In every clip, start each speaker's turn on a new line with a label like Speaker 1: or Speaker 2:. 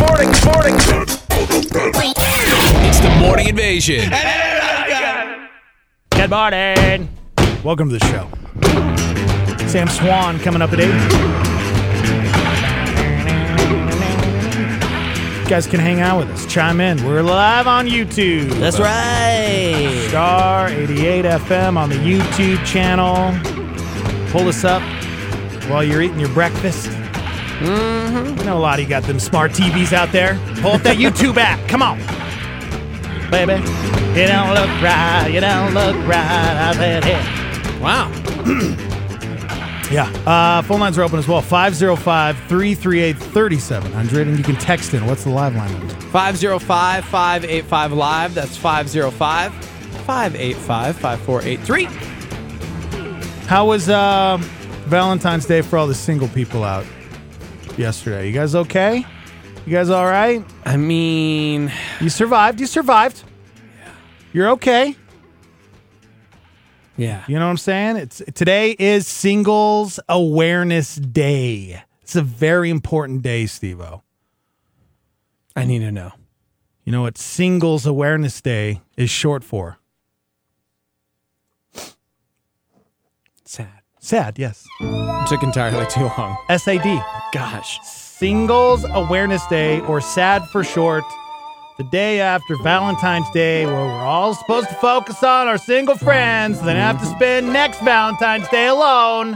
Speaker 1: morning, morning.
Speaker 2: It's the morning invasion.
Speaker 3: Good morning.
Speaker 4: Welcome to the show. Sam Swan coming up at 8. You guys can hang out with us. Chime in. We're live on YouTube.
Speaker 3: That's right.
Speaker 4: Star 88 FM on the YouTube channel. Pull us up while you're eating your breakfast. Mm-hmm.
Speaker 3: Mm-hmm.
Speaker 4: I know a lot of you got them smart TVs out there. Pull up that YouTube app. Come on. Baby, you don't look right. You don't look right. I bet it.
Speaker 2: Wow.
Speaker 4: Yeah. Uh, phone lines are open as well 505 338 3700. And you can text in. What's the live line number?
Speaker 2: 505 585 Live. That's 505 585 5483.
Speaker 4: How was uh, Valentine's Day for all the single people out yesterday? You guys okay? You guys all right?
Speaker 2: I mean,
Speaker 4: You survived. You survived. You're okay.
Speaker 2: yeah.
Speaker 4: You know what I'm saying? It's today is Singles Awareness Day. It's a very important day, Steve-O.
Speaker 2: I need to know.
Speaker 4: You know what Singles Awareness Day is short for?
Speaker 2: Sad.
Speaker 4: SAD, yes.
Speaker 2: Took entirely too long.
Speaker 4: SAD.
Speaker 2: Gosh.
Speaker 4: Singles Awareness Day, or SAD for short, the day after Valentine's Day, where we're all supposed to focus on our single friends, then have to spend next Valentine's Day alone.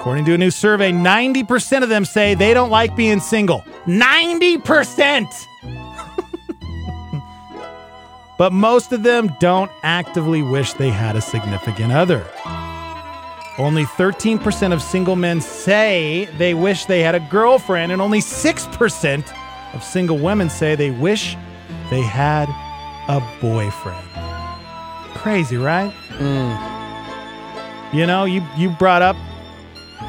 Speaker 4: According to a new survey, 90% of them say they don't like being single. 90%! but most of them don't actively wish they had a significant other. Only 13% of single men say they wish they had a girlfriend, and only 6% of single women say they wish they had a boyfriend. Crazy, right? You know, you, you brought up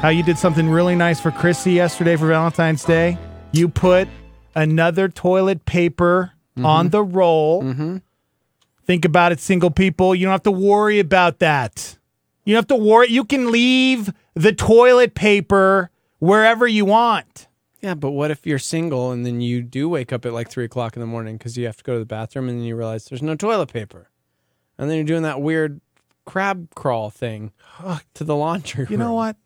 Speaker 4: how you did something really nice for Chrissy yesterday for Valentine's Day. You put another toilet paper on the roll. Think about it, single people. You don't have to worry about that. You don't have to worry. You can leave the toilet paper wherever you want.
Speaker 2: Yeah, but what if you're single and then you do wake up at like three o'clock in the morning because you have to go to the bathroom and then you realize there's no toilet paper, and then you're doing that weird crab crawl thing to the laundry.
Speaker 4: You know
Speaker 2: room.
Speaker 4: what?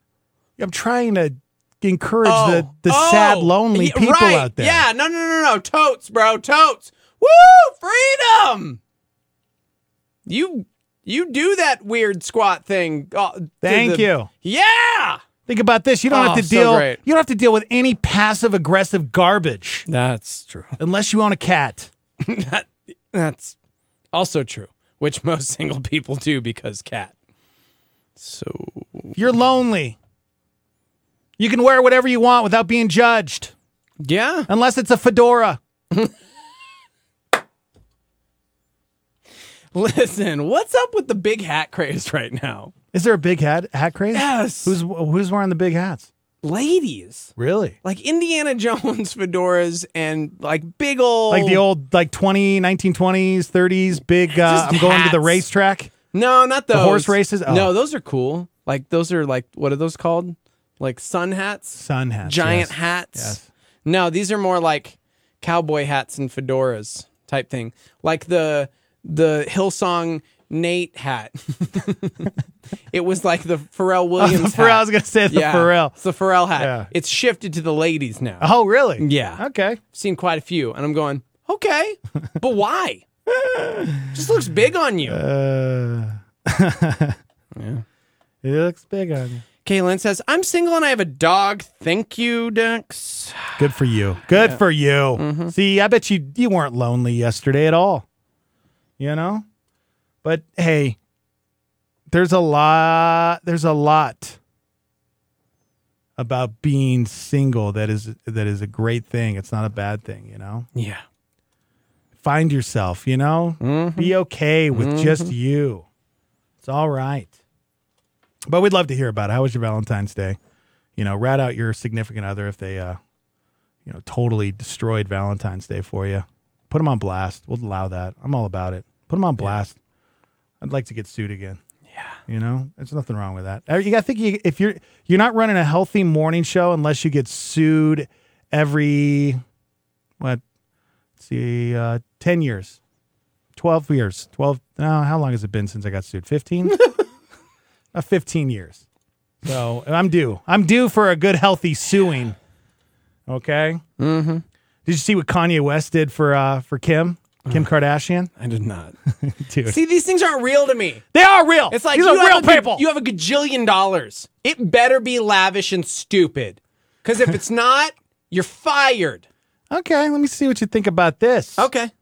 Speaker 4: I'm trying to encourage
Speaker 2: Oh,
Speaker 4: the, the
Speaker 2: oh,
Speaker 4: sad, lonely
Speaker 2: yeah,
Speaker 4: people
Speaker 2: right,
Speaker 4: out there.
Speaker 2: Yeah, no, no, no, no, totes, bro, totes. Woo, freedom. You you do that weird squat thing. uh, to
Speaker 4: Thank
Speaker 2: the-
Speaker 4: you.
Speaker 2: Yeah,
Speaker 4: Think about this. You don't
Speaker 2: Oh,
Speaker 4: have to
Speaker 2: so
Speaker 4: deal.
Speaker 2: great.
Speaker 4: you don't have to deal with any passive aggressive garbage
Speaker 2: that's true.
Speaker 4: unless you own a cat.
Speaker 2: That, that's also true, which most single people do because cat. So
Speaker 4: You're lonely. You can wear whatever you want without being judged,
Speaker 2: yeah,
Speaker 4: unless it's a fedora.
Speaker 2: listen, what's up with the big hat craze right now?
Speaker 4: Is there a big hat hat craze?
Speaker 2: Yes.
Speaker 4: Who's who's wearing the big hats?
Speaker 2: Ladies.
Speaker 4: Really?
Speaker 2: Like Indiana Jones fedoras and like big old
Speaker 4: Like the old like 20, 1920s, 30s big uh,
Speaker 2: Just
Speaker 4: I'm going to the
Speaker 2: hats.
Speaker 4: racetrack.
Speaker 2: No, not those.
Speaker 4: horse races? Oh.
Speaker 2: No, those are cool. Like those are like what are those called? Like sun hats,
Speaker 4: Sun hats.
Speaker 2: giant
Speaker 4: yes.
Speaker 2: hats.
Speaker 4: Yes.
Speaker 2: No, these are more like cowboy hats and fedoras type thing. Like the the Hillsong Nate hat. it was like the Pharrell Williams.
Speaker 4: Oh, The Pharrell, I was
Speaker 2: hat.
Speaker 4: gonna say the
Speaker 2: yeah,
Speaker 4: Pharrell.
Speaker 2: It's the Pharrell hat.
Speaker 4: Yeah.
Speaker 2: It's shifted to the ladies now.
Speaker 4: Oh, really?
Speaker 2: Yeah.
Speaker 4: Okay.
Speaker 2: I've seen quite a few, and I'm going, okay, but why? Just looks big on you.
Speaker 4: Uh, It looks big on you.
Speaker 2: Kaylin says, I'm single and I have a dog. Thank you, Dex.
Speaker 4: Good for you. Good for you. See, I bet you you weren't lonely yesterday at all. You know? But hey, there's a lot there's a lot about being single that is that is a great thing. It's not a bad thing, you know?
Speaker 2: Yeah.
Speaker 4: Find yourself, you know? Be okay with just you. It's all right. But we'd love to hear about it. How was your Valentine's Day? You know, rat out your significant other if they, uh, you know, totally destroyed Valentine's Day for you. Put them on blast. We'll allow that. I'm all about it. Put them on blast. I'd like to get sued again. Yeah. You know, there's nothing wrong with that. Uh, You got to think you, if you're you're not running a healthy morning show unless you get sued every what? Let's see, uh, ten years, twelve years, twelve. No, how long has it been since I got sued? Fifteen. uh, Fifteen years. So I'm due. I'm due for a good, healthy suing. Okay. Mm-hmm. Did you see what Kanye West did for uh, for Kim?
Speaker 2: Uh,
Speaker 4: Kim Kardashian,
Speaker 2: I did not.
Speaker 4: dude.
Speaker 2: See, these things aren't real to me.
Speaker 4: They are real.
Speaker 2: It's like
Speaker 4: these
Speaker 2: you
Speaker 4: are real
Speaker 2: have a,
Speaker 4: people.
Speaker 2: You have a gajillion dollars. It better be lavish and stupid. Because if it's not, you're fired.
Speaker 4: okay, let me see what you think about this.
Speaker 2: Okay.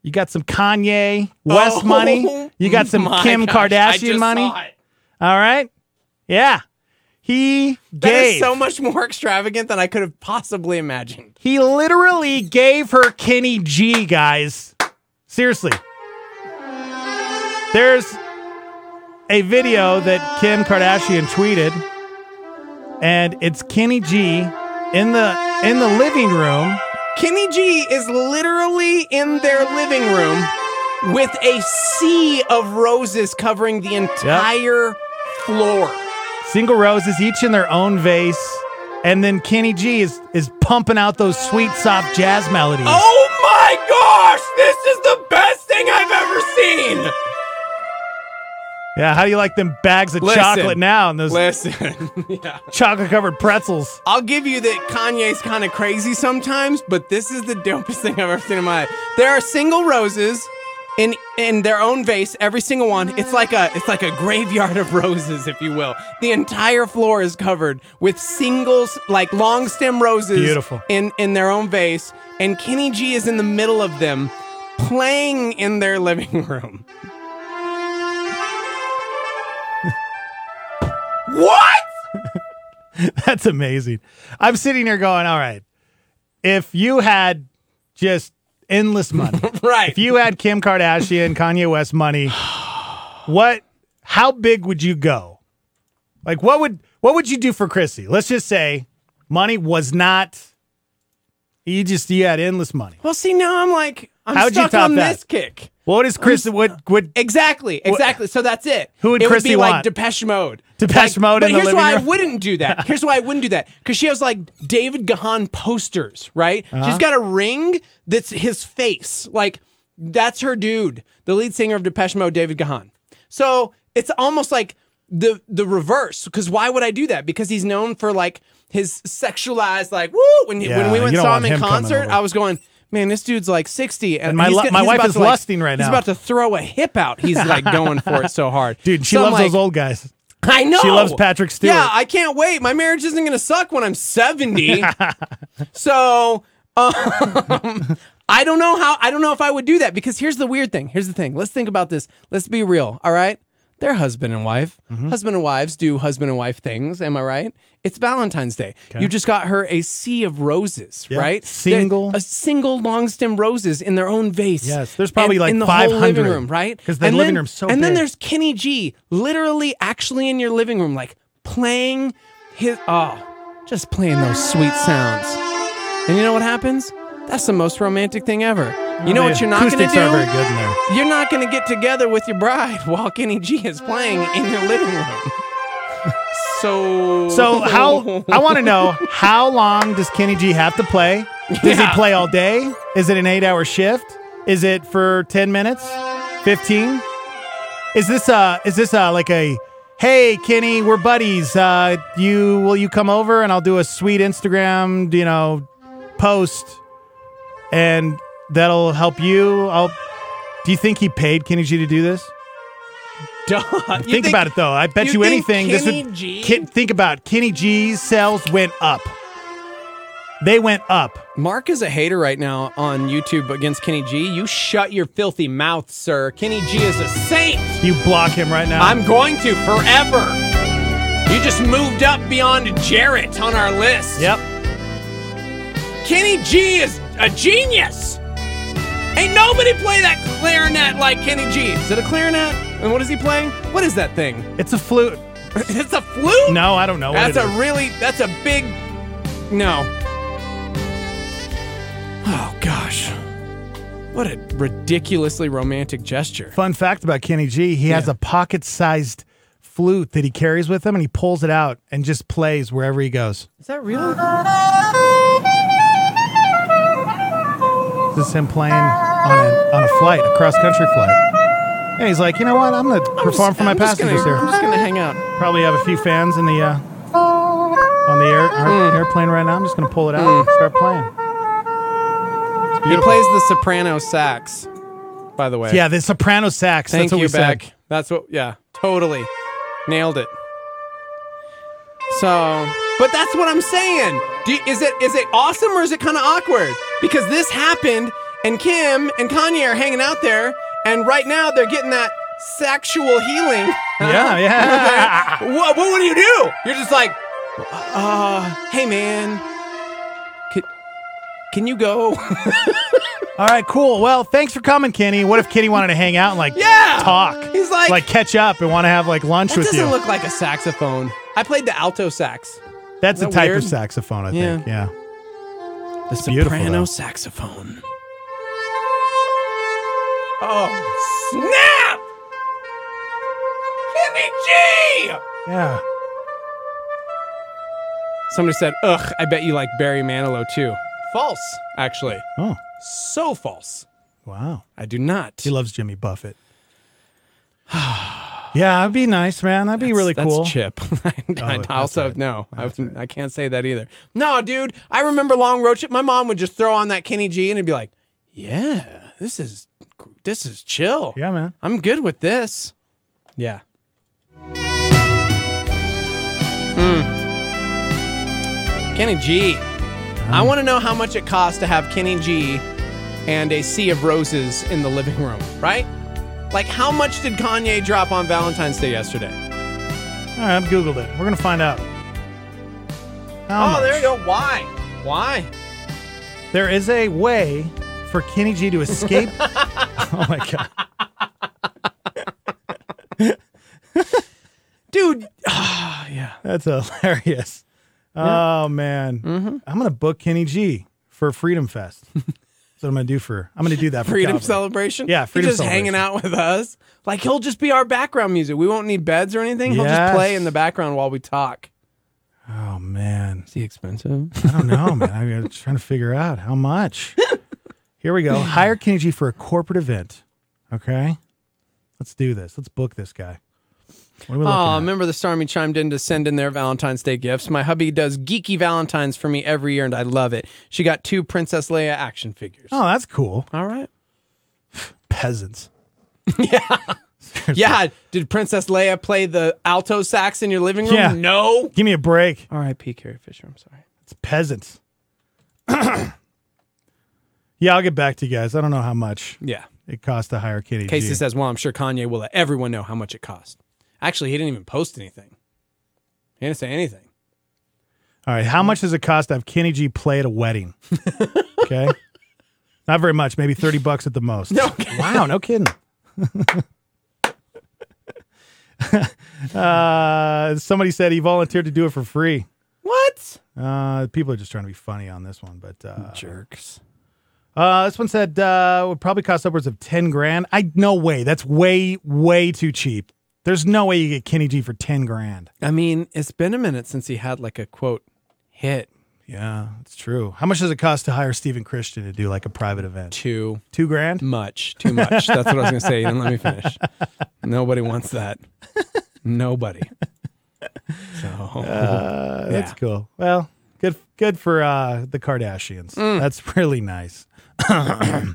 Speaker 4: You got some Kanye West
Speaker 2: Oh,
Speaker 4: money. You got some
Speaker 2: my
Speaker 4: Kim
Speaker 2: gosh, I
Speaker 4: Kardashian
Speaker 2: just
Speaker 4: money.
Speaker 2: saw it.
Speaker 4: All right. Yeah. He
Speaker 2: That is
Speaker 4: gave.
Speaker 2: so much more extravagant than I could have possibly imagined.
Speaker 4: he literally gave her Kenny G, guys. Seriously. There's a video that Kim Kardashian tweeted, and it's Kenny G in the in the living room.
Speaker 2: Kenny G is literally in their living room with a sea of roses covering the entire floor.
Speaker 4: single roses, each in their own vase. And then Kenny G is is pumping out those sweet, soft jazz melodies.
Speaker 2: Oh my gosh! This is the best thing I've ever seen!
Speaker 4: Yeah, how do you like them bags of
Speaker 2: Listen.
Speaker 4: chocolate now and those
Speaker 2: Listen, yeah.
Speaker 4: chocolate covered pretzels?
Speaker 2: I'll give you that Kanye's kind of crazy sometimes, but this is the dopest thing I've ever seen in my life. There are single roses in in their own vase, every single one. It's like a it's like a graveyard of roses, if you will. The entire floor is covered with singles, like long stem roses,
Speaker 4: Beautiful.
Speaker 2: in in their own vase, and Kenny G is in the middle of them, playing in their living room. what?
Speaker 4: That's amazing. I'm sitting here going, all right, if you had just endless money,
Speaker 2: Right.
Speaker 4: if you had Kim Kardashian, Kanye West money, what how big would you go? Like what would what would you do for Chrissy? Let's just say money was not you just you had endless money.
Speaker 2: Well, see, now I'm like, I'm
Speaker 4: How'd you
Speaker 2: stuck
Speaker 4: top
Speaker 2: on
Speaker 4: that?
Speaker 2: this kick.
Speaker 4: What is Chrissy what would
Speaker 2: Exactly, exactly. So that's it.
Speaker 4: Who would
Speaker 2: it
Speaker 4: Chrissy
Speaker 2: would be
Speaker 4: want?
Speaker 2: like Depeche Mode.
Speaker 4: Depeche
Speaker 2: Like,
Speaker 4: Mode
Speaker 2: But
Speaker 4: in the
Speaker 2: here's
Speaker 4: living
Speaker 2: why
Speaker 4: room?
Speaker 2: I wouldn't do that. Here's why I wouldn't do that. Because she has like David Gahan posters, right?
Speaker 4: Uh-huh.
Speaker 2: She's got a ring that's his face. Like that's her dude, the lead singer of Depeche Mode, David Gahan. So it's almost like the the reverse. Because why would I do that? Because he's known for like his sexualized, like woo. When he-
Speaker 4: Yeah,
Speaker 2: when we went
Speaker 4: you don't
Speaker 2: saw
Speaker 4: want
Speaker 2: him in
Speaker 4: him coming
Speaker 2: concert,
Speaker 4: over.
Speaker 2: I was going. Man, this dude's like sixty, and,
Speaker 4: my
Speaker 2: he's
Speaker 4: lo-
Speaker 2: gonna-
Speaker 4: my
Speaker 2: he's
Speaker 4: wife
Speaker 2: about
Speaker 4: is
Speaker 2: to, like-
Speaker 4: lusting right
Speaker 2: He's
Speaker 4: now.
Speaker 2: about to throw a hip out. He's like going for it so hard.
Speaker 4: Dude, she
Speaker 2: So I'm
Speaker 4: loves
Speaker 2: like,
Speaker 4: those old guys.
Speaker 2: I know.
Speaker 4: she loves Patrick Stewart.
Speaker 2: Yeah, I can't wait. My marriage isn't going to suck when I'm 70. so, um, I don't know how I don't know if I would do that because here's the weird thing. Here's the thing. Let's think about this. Let's be real, all right? They're husband and wife.
Speaker 4: Mm-hmm.
Speaker 2: Husband and wives do husband and wife things, am I right? It's Valentine's Day. You just got her a sea of roses, right?
Speaker 4: Single.
Speaker 2: They're- a single long stem roses in their own vase.
Speaker 4: Yes, there's probably
Speaker 2: And-
Speaker 4: like
Speaker 2: in the whole living
Speaker 4: 500,
Speaker 2: room, right?
Speaker 4: 'cause the
Speaker 2: And
Speaker 4: living
Speaker 2: then-
Speaker 4: room's so
Speaker 2: And then
Speaker 4: big.
Speaker 2: there's Kenny G, literally, actually in your living room, like playing his oh, just playing those sweet sounds. And you know what happens? That's the most romantic thing ever. You know
Speaker 4: The
Speaker 2: what you're not going to
Speaker 4: Oh, acoustics aren't very
Speaker 2: do?
Speaker 4: good in there.
Speaker 2: You're not going to get together with your bride while Kenny G is playing in your living room. So
Speaker 4: So how I want to know how long does Kenny G have to play? Does he
Speaker 2: Yeah.
Speaker 4: play all day? Is it an eight-hour shift? Is it for ten minutes? Fifteen? Is this uh is this uh like a hey Kenny we're buddies uh you will you come over and I'll do a sweet Instagram you know post and that'll help you I'll do you think he paid Kenny G to do this?
Speaker 2: Duh.
Speaker 4: Think, about it though. I bet you,
Speaker 2: you think
Speaker 4: anything.
Speaker 2: Kenny
Speaker 4: this would
Speaker 2: G-
Speaker 4: Ken- think about Kenny G's sales went up. They went up.
Speaker 2: Mark is a hater right now on YouTube against Kenny G. You shut your filthy mouth, sir. Kenny G is a saint.
Speaker 4: You block him right now.
Speaker 2: I'm going to forever. You just moved up beyond Jarrett on our list.
Speaker 4: Yep.
Speaker 2: Kenny G is a genius. Ain't nobody play that clarinet like Kenny G. Is it a clarinet? And what is he playing? What is that thing?
Speaker 4: It's a flute.
Speaker 2: it's a flute?
Speaker 4: No, I don't know.
Speaker 2: That's
Speaker 4: what
Speaker 2: a
Speaker 4: it is.
Speaker 2: really that's a big no. Oh gosh. What a ridiculously romantic gesture.
Speaker 4: fun fact about Kenny G. He has a pocket-sized flute that he carries with him, and he pulls it out and just plays wherever he goes.
Speaker 2: Is that real?
Speaker 4: This is him playing on a, on a flight, a cross country flight. And he's like, you know what? I'm going to perform for my
Speaker 2: I'm just gonna-
Speaker 4: passengers
Speaker 2: I'm
Speaker 4: here.
Speaker 2: just gonna hang out.
Speaker 4: Probably have a few fans in the uh, on the air,
Speaker 2: Mm.
Speaker 4: air- airplane right now. I'm just going to pull it out and start playing. It's
Speaker 2: He
Speaker 4: beautiful.
Speaker 2: plays the soprano sax. By the way,
Speaker 4: Yeah, the soprano sax.
Speaker 2: Thank
Speaker 4: That's what
Speaker 2: you,
Speaker 4: we said.
Speaker 2: Beck. That's what. Yeah, totally, nailed it. So, but that's what I'm saying. Do, is it is it awesome or is it kind of awkward? Because this happened, and Kim and Kanye are hanging out there, and right now they're getting that sexual healing.
Speaker 4: Yeah, yeah.
Speaker 2: what, what what do you do? You're just like, uh, hey man, can, can you go?
Speaker 4: All right, cool. Well, thanks for coming, Kenny. What if Kenny wanted to hang out and like
Speaker 2: Yeah!
Speaker 4: talk?
Speaker 2: He's like-
Speaker 4: like catch up and want to have like lunch
Speaker 2: that
Speaker 4: with
Speaker 2: doesn't
Speaker 4: you.
Speaker 2: look like a saxophone. I played the alto sax.
Speaker 4: That's a
Speaker 2: that
Speaker 4: type
Speaker 2: weird?
Speaker 4: of saxophone, I
Speaker 2: Yeah.
Speaker 4: think. Yeah.
Speaker 2: The
Speaker 4: beautiful, though.
Speaker 2: soprano saxophone. Oh, snap! Kenny G!
Speaker 4: Yeah.
Speaker 2: Somebody said, ugh, I bet you like Barry Manilow too. False, actually.
Speaker 4: Oh,
Speaker 2: So false.
Speaker 4: wow.
Speaker 2: I do not.
Speaker 4: He loves Jimmy Buffett. yeah, that'd be nice, man. That'd be really
Speaker 2: that's
Speaker 4: cool. Oh,
Speaker 2: Chip. I, I
Speaker 4: that's
Speaker 2: also
Speaker 4: right.
Speaker 2: no, I, I can't say that either. No, dude, I remember long road trip. My mom would just throw on that Kenny G and it'd be like, "Yeah, this is this is chill.
Speaker 4: Yeah, man.
Speaker 2: I'm good with this." Yeah. Mm. Hmm. Kenny G. I
Speaker 4: Um.
Speaker 2: want to know how much it costs to have Kenny G and a sea of roses in the living room, right? Like, how much did Kanye drop on Valentine's Day yesterday?
Speaker 4: All right, I've Googled it. We're going to find out. How
Speaker 2: Oh, there
Speaker 4: much?
Speaker 2: you go. Why? Why?
Speaker 4: There is a way for Kenny G to escape. oh, my God.
Speaker 2: Dude,
Speaker 4: That's hilarious. Oh man, I'm gonna book Kenny G for Freedom Fest. That's what I'm gonna do for. I'm gonna do that for
Speaker 2: freedom
Speaker 4: Calvin.
Speaker 2: celebration.
Speaker 4: Yeah,
Speaker 2: He's
Speaker 4: freedom
Speaker 2: just hanging out with us. Like he'll just be our background music. We won't need beds or anything. He'll just play
Speaker 4: Yes.
Speaker 2: in the background while we talk.
Speaker 4: Oh man,
Speaker 2: Is he expensive?
Speaker 4: I don't know, man. I'm just trying to figure out how much. Here we go. Hire Kenny G for a corporate event. Okay, let's do this. Let's book this guy. What are we looking
Speaker 2: Oh,
Speaker 4: at?
Speaker 2: remember the Starmy chimed in to send in their Valentine's Day gifts. My hubby does geeky Valentines for me every year, and I love it. She got two Princess Leia action figures.
Speaker 4: Oh, that's cool.
Speaker 2: All right.
Speaker 4: Peasants.
Speaker 2: Yeah. Did Princess Leia play the alto sax in your living room?
Speaker 4: Yeah.
Speaker 2: No.
Speaker 4: Give me a break.
Speaker 2: All right, P. Carrie Fisher. I'm sorry.
Speaker 4: It's peasants. yeah, I'll get back to you guys. I don't know how much
Speaker 2: Yeah.
Speaker 4: it costs to hire Kenny
Speaker 2: Casey
Speaker 4: G.
Speaker 2: says, "Well, I'm sure Kanye will let everyone know how much it cost." Actually, he didn't even post anything. He didn't say anything.
Speaker 4: All right. How much does it cost to have Kenny G play at a wedding? Okay. Not very much, maybe 30 bucks at the most.
Speaker 2: No.
Speaker 4: Wow, no kidding. uh, somebody said he volunteered to do it for free.
Speaker 2: What?
Speaker 4: Uh, people are just trying to be funny on this one, but uh,
Speaker 2: Jerks.
Speaker 4: uh, this one said uh, would probably cost upwards of 10 grand. I no way. That's way way too cheap. There's no way you get Kenny G for 10 grand.
Speaker 2: I mean, it's been a minute since he had like a quote hit
Speaker 4: Yeah, it's true. How much does it cost to hire Steven Christian to do like a private event?
Speaker 2: too
Speaker 4: Two grand?
Speaker 2: much, too much. That's what I was gonna say. And let me finish. Nobody wants that. Nobody. So
Speaker 4: Uh, That's
Speaker 2: Yeah.
Speaker 4: cool. Well, good good for uh, the Kardashians. That's really nice.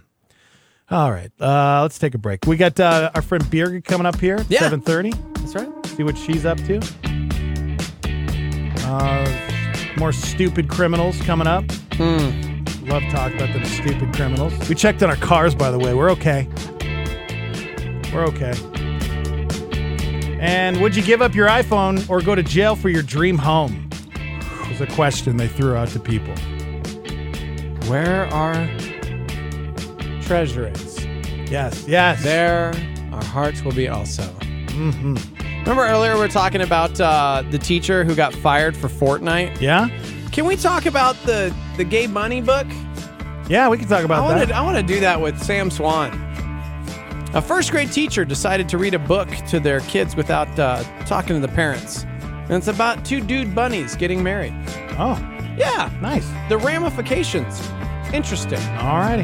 Speaker 4: All right, uh, let's take a break. We got uh, our friend Birgit coming up here,
Speaker 2: Yeah.
Speaker 4: seven thirty.
Speaker 2: that's right.
Speaker 4: See what she's up to. Uh, more stupid criminals coming up.
Speaker 2: Hmm.
Speaker 4: Love talk about them stupid criminals. We checked on our cars, by the way. We're okay. We're okay. And would you give up your iPhone or go to jail for your dream home? Was a question they threw out to people.
Speaker 2: Where are treasuries?
Speaker 4: Yes, yes.
Speaker 2: There, our hearts will be also. Mm-hmm. Remember earlier we were talking about uh, the teacher who got fired for Fortnite.
Speaker 4: Yeah,
Speaker 2: Can we talk about the the gay money book?
Speaker 4: yeah. We can talk
Speaker 2: I
Speaker 4: about
Speaker 2: want
Speaker 4: that.
Speaker 2: to I want to do that with Sam Swan. A first grade teacher decided to read a book to their kids without uh, talking to the parents, and it's about two dude bunnies getting married.
Speaker 4: Oh,
Speaker 2: Yeah,
Speaker 4: nice.
Speaker 2: the ramifications. Interesting.
Speaker 4: All righty.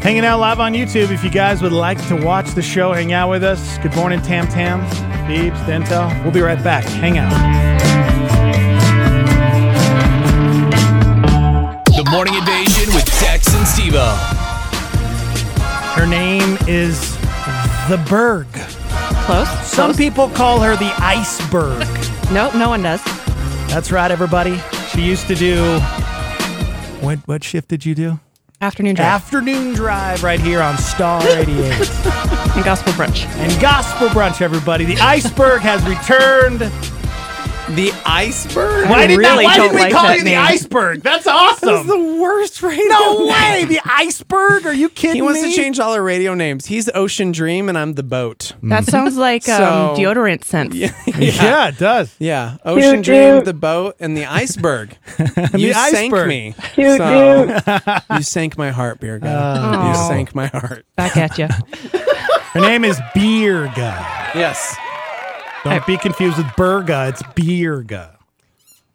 Speaker 4: Hanging out live on YouTube. If you guys would like to watch the show, hang out with us. Good morning, Tam Tams, Beebs, Dento. We'll be right back. Hang out.
Speaker 1: The Morning Invasion with Tex and Steve-O.
Speaker 4: Her name is the Berg.
Speaker 5: Close.
Speaker 4: Some
Speaker 5: Close.
Speaker 4: people call her the Iceberg.
Speaker 5: No, no one does.
Speaker 4: That's right, everybody. She used to do. What what shift did you do?
Speaker 5: Afternoon drive
Speaker 4: Afternoon drive right here on Star 88
Speaker 5: and gospel brunch.
Speaker 4: and Gospel Brunch, everybody. The Iceberg has returned.
Speaker 2: The iceberg?
Speaker 4: Why did,
Speaker 5: really
Speaker 4: why
Speaker 5: don't
Speaker 4: did we
Speaker 5: like
Speaker 4: call
Speaker 5: that
Speaker 4: you the
Speaker 5: name.
Speaker 4: Iceberg? That's awesome.
Speaker 2: the worst radio.
Speaker 4: no way, the Iceberg? Are you kidding
Speaker 2: He wants to
Speaker 4: me?
Speaker 2: change all our radio names. He's Ocean Dream, and I'm the boat.
Speaker 5: That sounds like um,
Speaker 2: So-
Speaker 5: deodorant scents.
Speaker 4: Yeah. it does.
Speaker 2: Yeah, Ocean Dream, the boat, and the iceberg. you sank
Speaker 4: iceberg.
Speaker 2: me. So, you sank my heart, beer guy.
Speaker 4: Oh.
Speaker 2: you
Speaker 5: Aw.
Speaker 2: sank my heart.
Speaker 5: Back at you.
Speaker 4: Her name is Birga.
Speaker 2: Yes.
Speaker 4: Don't be confused with Berga. It's Birga.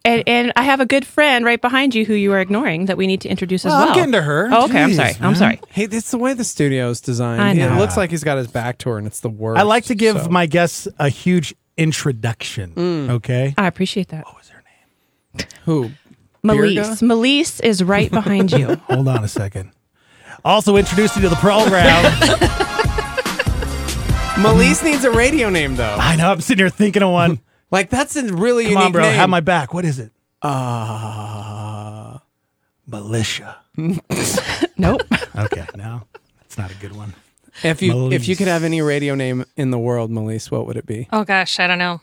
Speaker 5: And, and I have a good friend right behind you who you are ignoring that we need to introduce as
Speaker 4: Well, I'm
Speaker 5: well.
Speaker 4: getting to her.
Speaker 5: Oh, okay, I'm
Speaker 4: Jeez,
Speaker 5: sorry.
Speaker 4: man.
Speaker 5: I'm sorry.
Speaker 2: Hey, it's the way the studio's designed.
Speaker 5: I know.
Speaker 2: It looks like he's got his back to her, and it's the worst.
Speaker 4: I like to give
Speaker 2: so-
Speaker 4: my guests a huge introduction. Okay.
Speaker 5: I appreciate that.
Speaker 4: Oh,
Speaker 2: who
Speaker 5: Melise. Melise is right behind you.
Speaker 4: Hold on a second. Also introducing to the program.
Speaker 2: Melise needs a radio name though.
Speaker 4: I know I'm sitting here thinking of one.
Speaker 2: Like that's a really
Speaker 4: Come
Speaker 2: unique
Speaker 4: on, bro.
Speaker 2: name.
Speaker 4: Have my back. What is it? Uh militia.
Speaker 5: nope.
Speaker 4: Okay, no. That's not a good one.
Speaker 2: if you if you
Speaker 4: Melise.
Speaker 2: could have any radio name in the world, Melise, what would it be?
Speaker 6: Oh gosh, I don't know.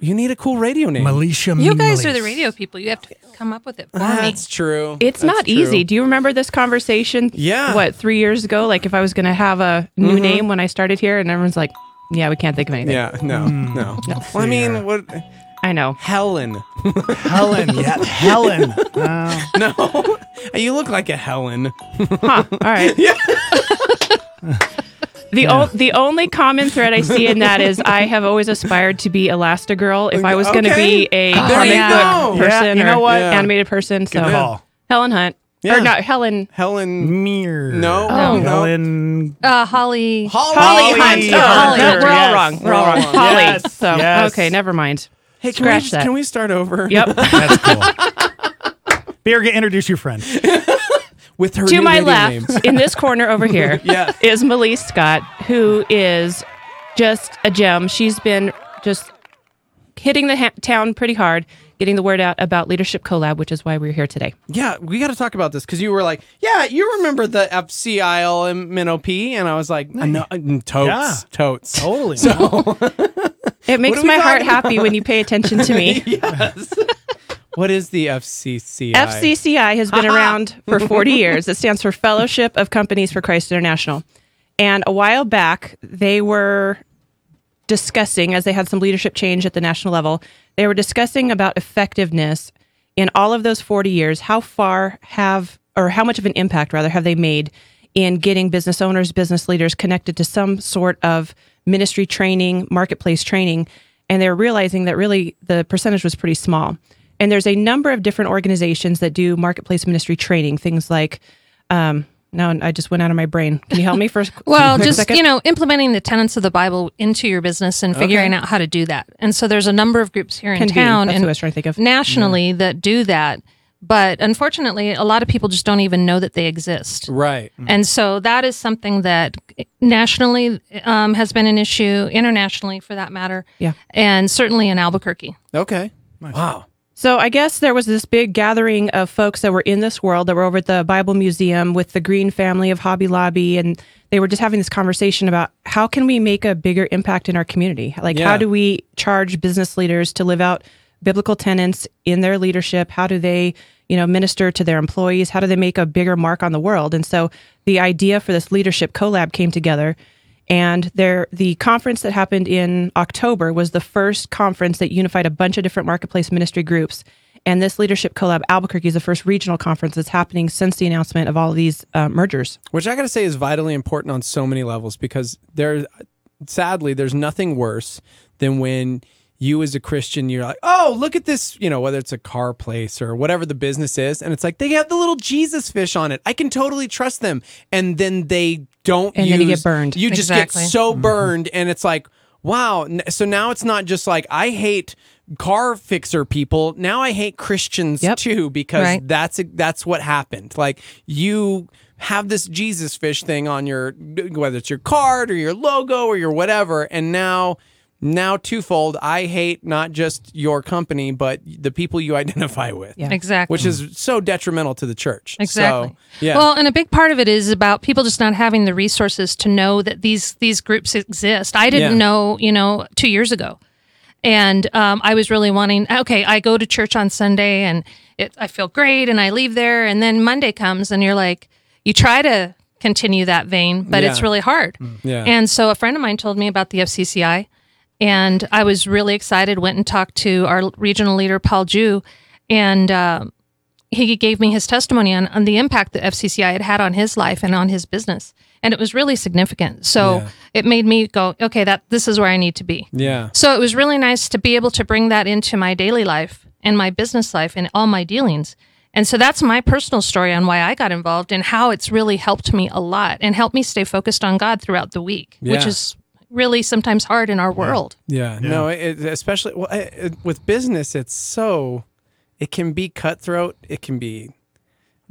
Speaker 2: You need a cool radio name.
Speaker 4: Militia
Speaker 6: You guys are
Speaker 4: Milice.
Speaker 6: the radio people. You have to come up with it for me.
Speaker 2: That's true.
Speaker 5: It's
Speaker 2: That's
Speaker 5: not
Speaker 2: true.
Speaker 5: easy. Do you remember this conversation?
Speaker 2: Yeah.
Speaker 5: What, three years ago? Like if I was going to have a new
Speaker 4: Mm-hmm.
Speaker 5: name when I started here and everyone's like, yeah, we can't think of anything.
Speaker 2: Yeah. No.
Speaker 4: Hmm.
Speaker 2: No. Well, I mean, what?
Speaker 5: I know.
Speaker 2: Helen.
Speaker 4: Helen. Yeah, Helen. Uh,
Speaker 2: No. you look like a Helen.
Speaker 5: Huh. All right. The, o- the only common thread I see in that is I have always aspired to be Elastigirl if I was going to
Speaker 2: Okay. Ah.
Speaker 5: be a
Speaker 2: There
Speaker 5: comic
Speaker 6: you
Speaker 2: go.
Speaker 5: book person
Speaker 4: Yeah, you know
Speaker 5: or
Speaker 4: what?
Speaker 2: Yeah.
Speaker 5: animated person. So
Speaker 4: call.
Speaker 5: Helen Hunt.
Speaker 2: Yeah.
Speaker 5: Or not Helen.
Speaker 2: Helen.
Speaker 4: Mir.
Speaker 2: No.
Speaker 6: Oh.
Speaker 2: No.
Speaker 4: Helen.
Speaker 6: Uh, Holly.
Speaker 2: Holly.
Speaker 5: Holly,
Speaker 4: Oh, Holly
Speaker 5: Hunt. Oh,
Speaker 6: Hunter.
Speaker 5: no, we're
Speaker 4: Yes.
Speaker 5: all wrong. We're all wrong.
Speaker 2: Wrong.
Speaker 5: Holly.
Speaker 4: Yes.
Speaker 5: So
Speaker 4: Yes.
Speaker 5: okay, never mind.
Speaker 2: Hey, can
Speaker 5: Scratch
Speaker 2: we
Speaker 5: that.
Speaker 2: can we start over?
Speaker 5: Yep.
Speaker 4: That's cool. Birga, introduce your friend.
Speaker 2: With her
Speaker 5: to
Speaker 2: new
Speaker 5: my
Speaker 2: radio
Speaker 5: left,
Speaker 2: name.
Speaker 5: in this corner over here, is
Speaker 2: Yeah.
Speaker 5: Melise Scott, who is just a gem. She's been just hitting the ha- town pretty hard, getting the word out about Leadership Collab, which is why we're here today.
Speaker 2: Yeah, we got to talk about this because you were like, "Yeah, you remember the FCIL and MinOP," and I was like, "I know, mm, totes,
Speaker 4: Yeah.
Speaker 2: totes."
Speaker 4: Totally.
Speaker 5: It makes
Speaker 2: we
Speaker 5: my heart
Speaker 2: talking
Speaker 5: happy when you pay attention to me.
Speaker 2: What is the FCCI?
Speaker 5: FCCI has been around for 40 years. It stands for Fellowship of Companies for Christ International. And a while back, they were discussing, as they had some leadership change at the national level, they were discussing about effectiveness in all of those 40 years. How far have, or how much of an impact, rather, have they made in getting business owners, business leaders connected to some sort of ministry training, marketplace training? And they're realizing that really the percentage was pretty small. And there's a number of different organizations that do marketplace ministry training, things like, um, now I just went out of my brain. Can you help me first?
Speaker 6: Well, just you know, implementing the tenets of the Bible into your business and figuring out how to do that. And so there's a number of groups here in
Speaker 5: Convene.
Speaker 6: town
Speaker 5: That's
Speaker 6: and
Speaker 5: who I was trying to think of.
Speaker 6: nationally that do that. But unfortunately, a lot of people just don't even know that they exist.
Speaker 2: Right.
Speaker 6: And so that is something that nationally um, has been an issue, internationally for that matter.
Speaker 5: Yeah.
Speaker 6: And certainly in Albuquerque.
Speaker 2: Okay. Wow.
Speaker 5: So I guess there was this big gathering of folks that were in this world that were over at the Bible Museum with the Green family of Hobby Lobby, and they were just having this conversation about how can we make a bigger impact in our community? Like,
Speaker 2: Yeah.
Speaker 5: how do we charge business leaders to live out biblical tenets in their leadership? How do they, you know, minister to their employees? How do they make a bigger mark on the world? And so the idea for this leadership collab came together. And there, the conference that happened in October was the first conference that unified a bunch of different marketplace ministry groups. And this leadership collab, Albuquerque, is the first regional conference that's happening since the announcement of all of these uh, mergers.
Speaker 2: Which I got to say is vitally important on so many levels because there, sadly, there's nothing worse than when you as a Christian, you're like, oh, look at this, you know, whether it's a car place or whatever the business is. And it's like, they have the little Jesus fish on it. I can totally trust them. And then they don't
Speaker 5: And then you get
Speaker 2: use-
Speaker 5: burned.
Speaker 2: You just
Speaker 6: Exactly.
Speaker 2: get so burned. And it's like, wow. N- So now it's not just like, I hate car fixer people. Now I hate Christians
Speaker 5: Yep.
Speaker 2: too, because
Speaker 6: Right.
Speaker 2: that's e, that's what happened. Like you have this Jesus fish thing on your whether it's your card or your logo or your whatever, and now now twofold. I hate not just your company, but the people you identify with.
Speaker 5: Yeah.
Speaker 6: Exactly.
Speaker 2: Which is so detrimental to the church.
Speaker 6: Exactly.
Speaker 2: So, yeah.
Speaker 6: Well, and a big part of it is about people just not having the resources to know that these these groups exist. I didn't
Speaker 2: Yeah.
Speaker 6: know, you know, two years ago, and um, I was really wanting. Okay, I go to church on Sunday, and it, I feel great, and I leave there, and then Monday comes, and you're like, you try to continue that vein, but it's
Speaker 2: Yeah. Mm.
Speaker 6: really hard.
Speaker 2: yeah.
Speaker 6: And so a friend of mine told me about the FCCI, and I was really excited. Went and talked to our regional leader, Paul Jew, and uh, he gave me his testimony on, on the impact that FCCI had had on his life and on his business. And it was really significant. So it made me go, okay, that this is where I need to be.
Speaker 2: yeah.
Speaker 6: So it was really nice to be able to bring that into my daily life and my business life and all my dealings. And so that's my personal story on why I got involved and how it's really helped me a lot and helped me stay focused on God throughout the week, which
Speaker 2: Yeah.
Speaker 6: is really sometimes hard in our world.
Speaker 2: Yeah, no, it, it- especially well, it, it- with business, it's so it can be cutthroat. It can be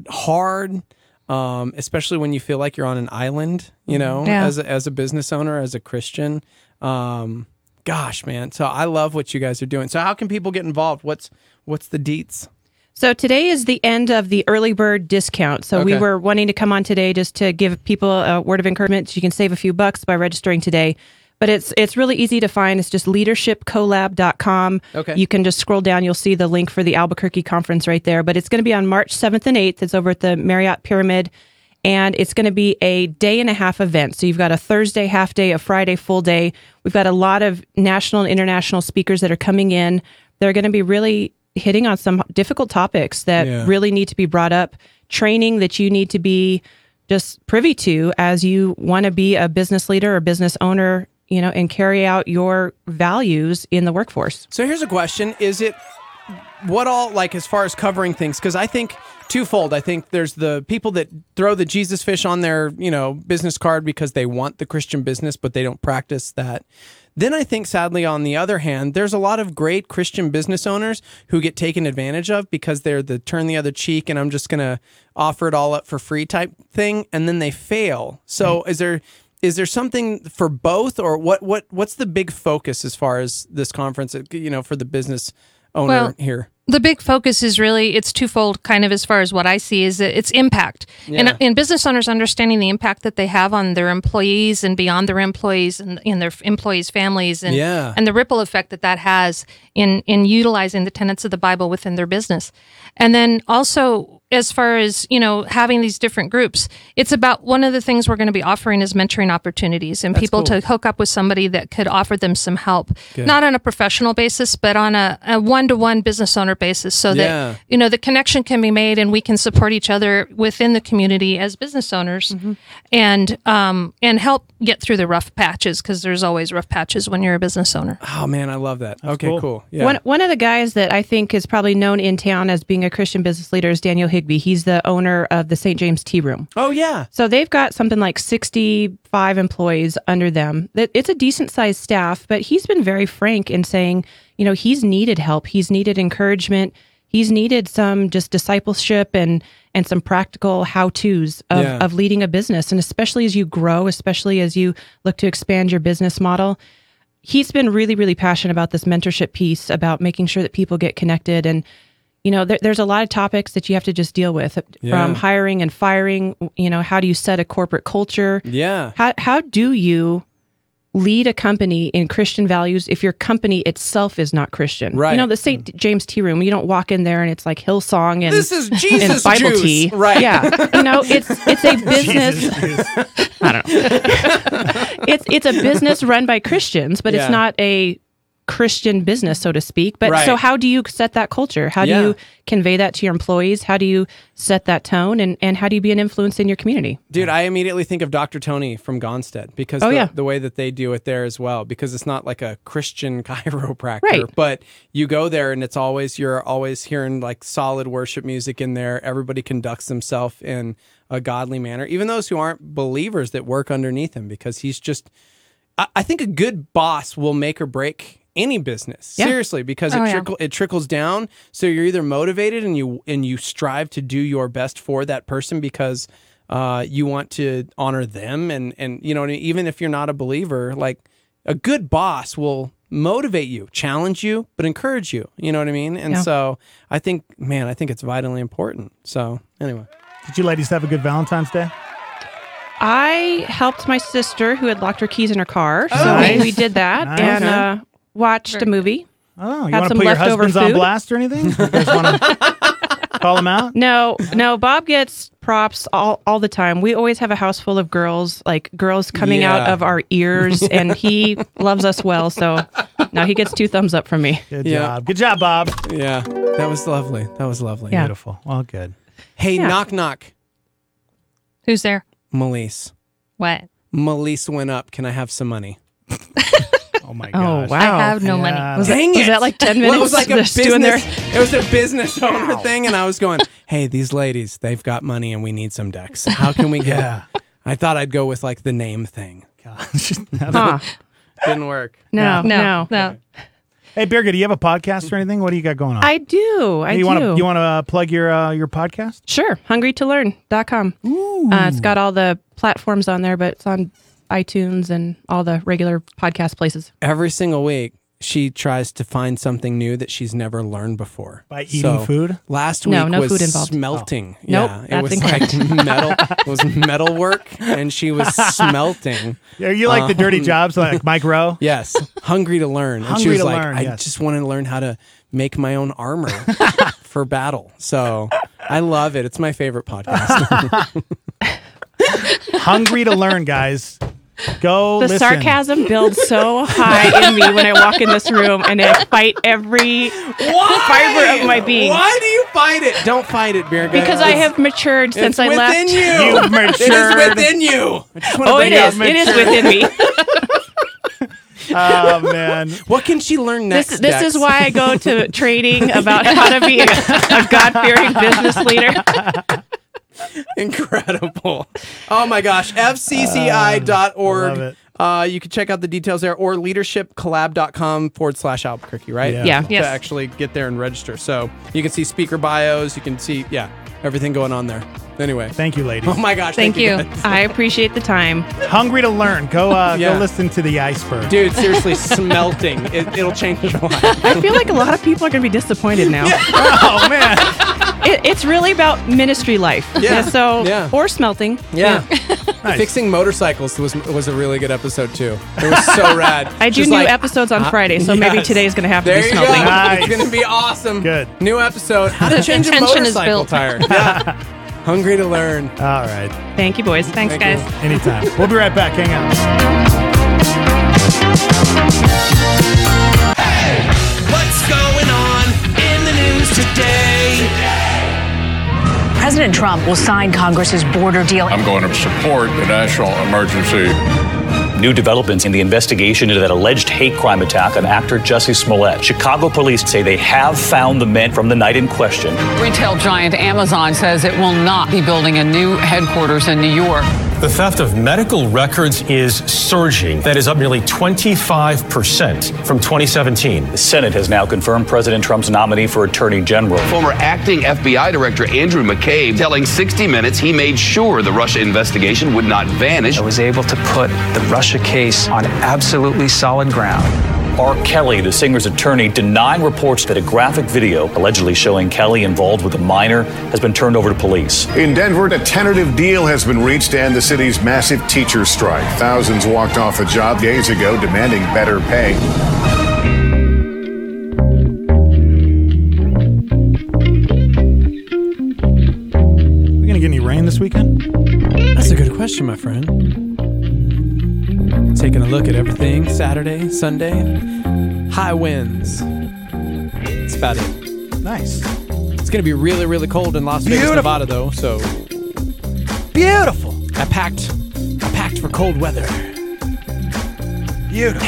Speaker 2: hard, um, especially when you feel like you're on an island. You know,
Speaker 6: Yeah.
Speaker 2: as a, as a business owner, as a Christian. Um, gosh, man, so I love what you guys are doing. So, how can people get involved? What's what's the deets?
Speaker 5: So today is the end of the early bird discount. So we
Speaker 2: Okay.
Speaker 5: were wanting to come on today just to give people a word of encouragement. So you can save a few bucks by registering today. But it's it's really easy to find. It's just leadershipcollab.com.
Speaker 2: Okay.
Speaker 5: You can just scroll down. You'll see the link for the Albuquerque conference right there. But it's going to be on March 7th and 8th. It's over at the Marriott Pyramid. And it's going to be a day and a half event. So you've got a Thursday half day, a Friday full day. We've got a lot of national and international speakers that are coming in. They're going to be really hitting on some difficult topics that
Speaker 2: Yeah.
Speaker 5: really need to be brought up, training that you need to be just privy to as you want to be a business leader or business owner, you know, and carry out your values in the workforce.
Speaker 2: So here's a question: Is it what all like as far as covering things? Because I think twofold. I think there's the people that throw the Jesus fish on their you know business card because they want the Christian business, but they don't practice that. Then I think, sadly, on the other hand, there's a lot of great Christian business owners who get taken advantage of because they're the turn the other cheek and I'm just going to offer it all up for free type thing, and then they fail. So is there is there something for both or what what what's the big focus as far as this conference you know for the business owner
Speaker 6: Well,
Speaker 2: here
Speaker 6: the big focus is really it's twofold kind of as far as what i see is that it's impact and, and business owners understanding the impact that they have on their employees and beyond their employees and, and their employees families and,
Speaker 2: Yeah.
Speaker 6: and the ripple effect that that has in in utilizing the tenets of the bible within their business and then also as far as you know having these different groups it's about one of the things we're going to be offering is mentoring opportunities and people to hook up with somebody that could offer them some help not on a professional basis but on a, a one-to-one business owner basis so
Speaker 2: Yeah.
Speaker 6: that you know the connection can be made and we can support each other within the community as business owners and um, and help get through the rough patches because there's always rough patches when you're a business owner
Speaker 2: oh man i love that okay cool,
Speaker 4: cool.
Speaker 2: yeah
Speaker 5: One one of the guys that I think is probably known in town as being a Christian business leader is Daniel Higby. He's the owner of the St. James Tea Room.
Speaker 2: oh yeah
Speaker 5: So they've got something like 65 employees under them. That- It's a decent sized staff, but he's been very frank in saying, you know, he's needed help, he's needed encouragement, he's needed some just discipleship and and some practical how-tos of,
Speaker 2: Yeah.
Speaker 5: of leading a business and especially as you grow, especially as you look to expand your business model he's been really really passionate about this mentorship piece about making sure that people get connected and you know there, there's a lot of topics that you have to just deal with uh,
Speaker 2: Yeah.
Speaker 5: from hiring and firing you know how do you set a corporate culture
Speaker 2: yeah
Speaker 5: how, how do you lead a company in christian values if your company itself is not christian
Speaker 2: Right. Mm.
Speaker 5: you know the st james tea room you don't walk in there and it's like hillsong and
Speaker 2: this is
Speaker 5: and
Speaker 2: jesus
Speaker 5: Bible
Speaker 2: juice.
Speaker 5: tea,
Speaker 2: right
Speaker 5: Yeah, you know it's it's a business it's it's a business run by Christians, but
Speaker 2: Yeah.
Speaker 5: it's not a Christian business, so to speak. But
Speaker 2: Right.
Speaker 5: so, how do you set that culture? How
Speaker 2: Yeah.
Speaker 5: do you convey that to your employees? How do you set that tone? And, and how do you be an influence in your community?
Speaker 2: Dude, I immediately think of Dr. Tony from Gonstead because
Speaker 5: Oh,
Speaker 2: the,
Speaker 5: yeah.
Speaker 2: the way that they do it there as well, because it's not like a Christian chiropractor,
Speaker 5: Right.
Speaker 2: but you go there and it's always, you're always hearing like solid worship music in there. Everybody conducts themselves in a godly manner, even those who aren't believers that work underneath him because he's just, I, I think a good boss will make or break any business
Speaker 5: Yeah.
Speaker 2: seriously because
Speaker 6: Oh,
Speaker 2: it,
Speaker 6: yeah.
Speaker 2: trickle, it trickles down so you're either motivated and you and you strive to do your best for that person because uh, you want to honor them and and you know what I mean? even if you're not a believer like a good boss will motivate you challenge you but encourage you you know what i mean and
Speaker 5: Yeah.
Speaker 2: so i think man i think it's vitally important so anyway
Speaker 4: Did you ladies have a good Valentine's Day?
Speaker 5: I helped my sister who had locked her keys in her car. So
Speaker 2: Oh,
Speaker 4: Nice.
Speaker 5: we, we did that
Speaker 4: Nice.
Speaker 5: and uh, watched a movie.
Speaker 4: Oh, you
Speaker 5: Had
Speaker 4: want to
Speaker 5: some
Speaker 4: put your
Speaker 5: leftover
Speaker 4: husbands on
Speaker 5: food?
Speaker 4: blast or anything? You guys want to call them out?
Speaker 5: No, no, Bob gets props all, all the time. We always have a house full of girls, like girls coming out
Speaker 2: Yeah.
Speaker 5: of our ears, and he loves us well. So now he gets two thumbs up from me.
Speaker 4: Good
Speaker 2: Yeah.
Speaker 4: job. Good job, Bob.
Speaker 2: yeah that was lovely that was lovely
Speaker 5: Yeah.
Speaker 4: Beautiful. Well, good.
Speaker 2: hey
Speaker 5: Yeah.
Speaker 2: knock knock
Speaker 6: Who's there?
Speaker 2: melise
Speaker 6: What?
Speaker 2: melise went up can i have some money
Speaker 4: Oh my
Speaker 5: Oh,
Speaker 4: gosh.
Speaker 5: wow.
Speaker 6: I have no
Speaker 4: Yeah.
Speaker 6: money.
Speaker 5: Was
Speaker 2: Dang
Speaker 5: that,
Speaker 2: it.
Speaker 5: was that like 10 minutes?
Speaker 2: Well, it was like a
Speaker 5: They're just
Speaker 2: business.
Speaker 5: doing their-
Speaker 2: It was a business owner thing, and I was going, "Hey, these ladies, they've got money, and we need some decks. How can we get?"
Speaker 4: Yeah.
Speaker 2: I thought I'd go with like the name thing.
Speaker 4: Gosh.
Speaker 5: Huh.
Speaker 2: Didn't work.
Speaker 5: No, no,
Speaker 6: No, no.
Speaker 4: Hey, Birgit, do you have a podcast or anything? What do you got going on?
Speaker 5: I do. I
Speaker 4: you
Speaker 5: do.
Speaker 4: want to you want to uh, plug your uh, your podcast?
Speaker 5: Sure. HungryToLearn.com. Uh, it's got all the platforms on there, but it's on iTunes and all the regular podcast places.
Speaker 2: Every single week, she tries to find something new that she's never learned before
Speaker 4: By eating
Speaker 2: So,
Speaker 4: food?
Speaker 2: Last week
Speaker 5: No, no
Speaker 2: was
Speaker 5: food involved. Oh.
Speaker 2: smelting.
Speaker 5: Nope,
Speaker 2: yeah, it
Speaker 5: that's
Speaker 2: was
Speaker 5: incorrect.
Speaker 2: like metal. It was metal work, and she was smelting.
Speaker 4: Are you like the dirty
Speaker 2: Um,
Speaker 4: jobs like Mike Rowe?
Speaker 2: Yes, hungry to learn. and she
Speaker 4: Hungry
Speaker 2: was
Speaker 4: to
Speaker 2: like,
Speaker 4: learn,
Speaker 2: I
Speaker 4: yes.
Speaker 2: just want to learn how to make my own armor for battle. So I love it. It's my favorite podcast.
Speaker 4: Hungry to learn, guys. Go
Speaker 5: The
Speaker 4: listen.
Speaker 5: sarcasm builds so high in me when I walk in this room and I fight every fiber of my being.
Speaker 2: Why do you fight it? Don't fight it, Beer
Speaker 5: Because I have matured since I
Speaker 2: within
Speaker 5: left.
Speaker 2: you.
Speaker 4: You've
Speaker 2: It is
Speaker 4: matured.
Speaker 2: within you.
Speaker 5: Oh, it is. It is within me.
Speaker 4: Oh man.
Speaker 2: What can she learn next?
Speaker 5: This, this is
Speaker 2: Dex?
Speaker 5: why I go to training about how to be a, a God fearing business leader.
Speaker 2: Incredible. Oh my gosh. FCCI.org.
Speaker 4: love it.
Speaker 2: Uh, you can check out the details there or leadershipcollab.com forward slash Albuquerque, right?
Speaker 4: Yeah. Yeah.
Speaker 2: To
Speaker 6: Yes.
Speaker 2: actually get there and register. So you can see speaker bios. You can see, yeah, everything going on there. Anyway.
Speaker 4: Thank you, ladies.
Speaker 2: Oh my gosh.
Speaker 6: Thank you.
Speaker 2: guys.
Speaker 5: I appreciate the time.
Speaker 4: Hungry to learn. Go uh,
Speaker 2: Yeah.
Speaker 4: go listen to the iceberg.
Speaker 2: Dude, seriously, smelting. It, it'll change your life.
Speaker 5: I feel like a lot of people are going to be disappointed now.
Speaker 4: Oh man.
Speaker 5: It, it's really about ministry life.
Speaker 2: Yeah.
Speaker 5: so,
Speaker 2: Yeah.
Speaker 5: or smelting.
Speaker 2: Yeah.
Speaker 4: Nice.
Speaker 2: Fixing motorcycles was was a really good episode, too. It was so rad.
Speaker 5: I do
Speaker 2: Just
Speaker 5: new
Speaker 2: like- uh,
Speaker 5: episodes on Friday, so maybe
Speaker 2: yes.
Speaker 5: today's going to have to
Speaker 2: There
Speaker 5: be
Speaker 2: you
Speaker 5: smelting.
Speaker 2: go.
Speaker 4: Nice.
Speaker 2: It's gonna be awesome.
Speaker 4: Good.
Speaker 2: New episode. How to
Speaker 6: The
Speaker 2: change a
Speaker 6: tension is
Speaker 2: motorcycle
Speaker 6: built.
Speaker 2: tire. Yeah. Hungry to learn.
Speaker 4: All right.
Speaker 5: Thank you, boys. Thanks,
Speaker 2: Thank you.
Speaker 6: guys.
Speaker 4: Anytime. We'll be right back. Hang on.
Speaker 1: What's going on in the news today?
Speaker 7: President Trump will sign Congress's border deal.
Speaker 8: I'm going to support the national emergency.
Speaker 9: New developments in the investigation into that alleged hate crime attack on actor Jesse Smollett. Chicago police say they have found the men from the night in question.
Speaker 7: Retail giant Amazon says it will not be building a new headquarters in New York.
Speaker 10: The theft of medical records is surging. That is up nearly 25% from 2017.
Speaker 9: The Senate has now confirmed President Trump's nominee for Attorney General.
Speaker 11: Former acting FBI director Andrew McCabe telling 60 Minutes he made sure the Russia investigation would not vanish.
Speaker 9: was able to put the Russia case on absolutely solid ground. R. Kelly, the singer's attorney, denying reports that a graphic video allegedly showing Kelly involved with a minor has been turned over to police.
Speaker 8: In Denver, a tentative deal has been reached and the city's massive teacher strike. Thousands walked off a job days ago demanding better pay.
Speaker 4: We gonna get any rain this weekend?
Speaker 2: That's a good question, my friend. Taking a look at everything Saturday, Sunday. high winds. That's about it.
Speaker 4: Nice.
Speaker 2: It's going to be really, really cold in Las Vegas,
Speaker 4: Beautiful.
Speaker 2: Nevada, though. So
Speaker 4: beautiful.
Speaker 2: I packed, I packed for cold weather.
Speaker 4: Beautiful.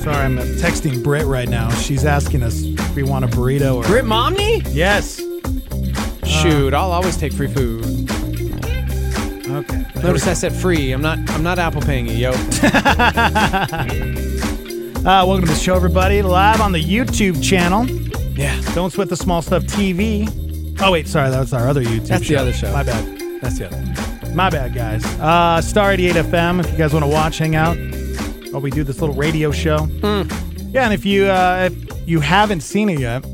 Speaker 4: Sorry, I'm texting Britt right now. She's asking us if we want a burrito or
Speaker 2: Brit Momney?
Speaker 4: Yes.
Speaker 2: Uh, Shoot, I'll always take free food.
Speaker 4: Okay.
Speaker 2: Notice I said free. I'm not. I'm not Apple paying you, yo.
Speaker 4: Uh, welcome to the show, everybody. Live on the YouTube channel.
Speaker 2: Yeah.
Speaker 4: Don't sweat the small stuff TV. Oh wait, sorry, that's our other YouTube.
Speaker 2: That's the
Speaker 4: show.
Speaker 2: other show.
Speaker 4: My bad.
Speaker 2: That's the other.
Speaker 4: My bad, guys. Uh, Star 88 FM, if you guys want to watch, hang out while we do this little radio show.
Speaker 2: Hmm.
Speaker 4: Yeah, and if you uh, if you haven't seen it yet,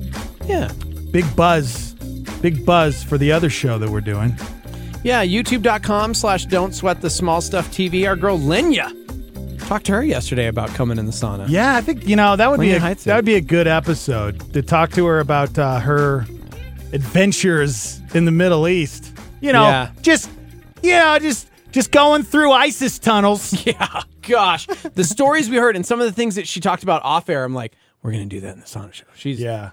Speaker 2: Yeah.
Speaker 4: big buzz, big buzz for the other show that we're doing.
Speaker 2: Yeah, youtube.com slash don't sweat the small stuff TV. Our girl Lenya. Talked to her yesterday about coming in the sauna.
Speaker 4: Yeah, I think you know that would be
Speaker 2: Lena
Speaker 4: a,
Speaker 2: Heights
Speaker 4: that would be a good episode to talk to her about uh, her adventures in the Middle East. You know,
Speaker 2: Yeah.
Speaker 4: just you know, just just going through ISIS tunnels.
Speaker 2: Yeah, gosh. the stories we heard and some of the things that she talked about off air, I'm like, we're going to do that in the sauna show. She's,
Speaker 4: Yeah,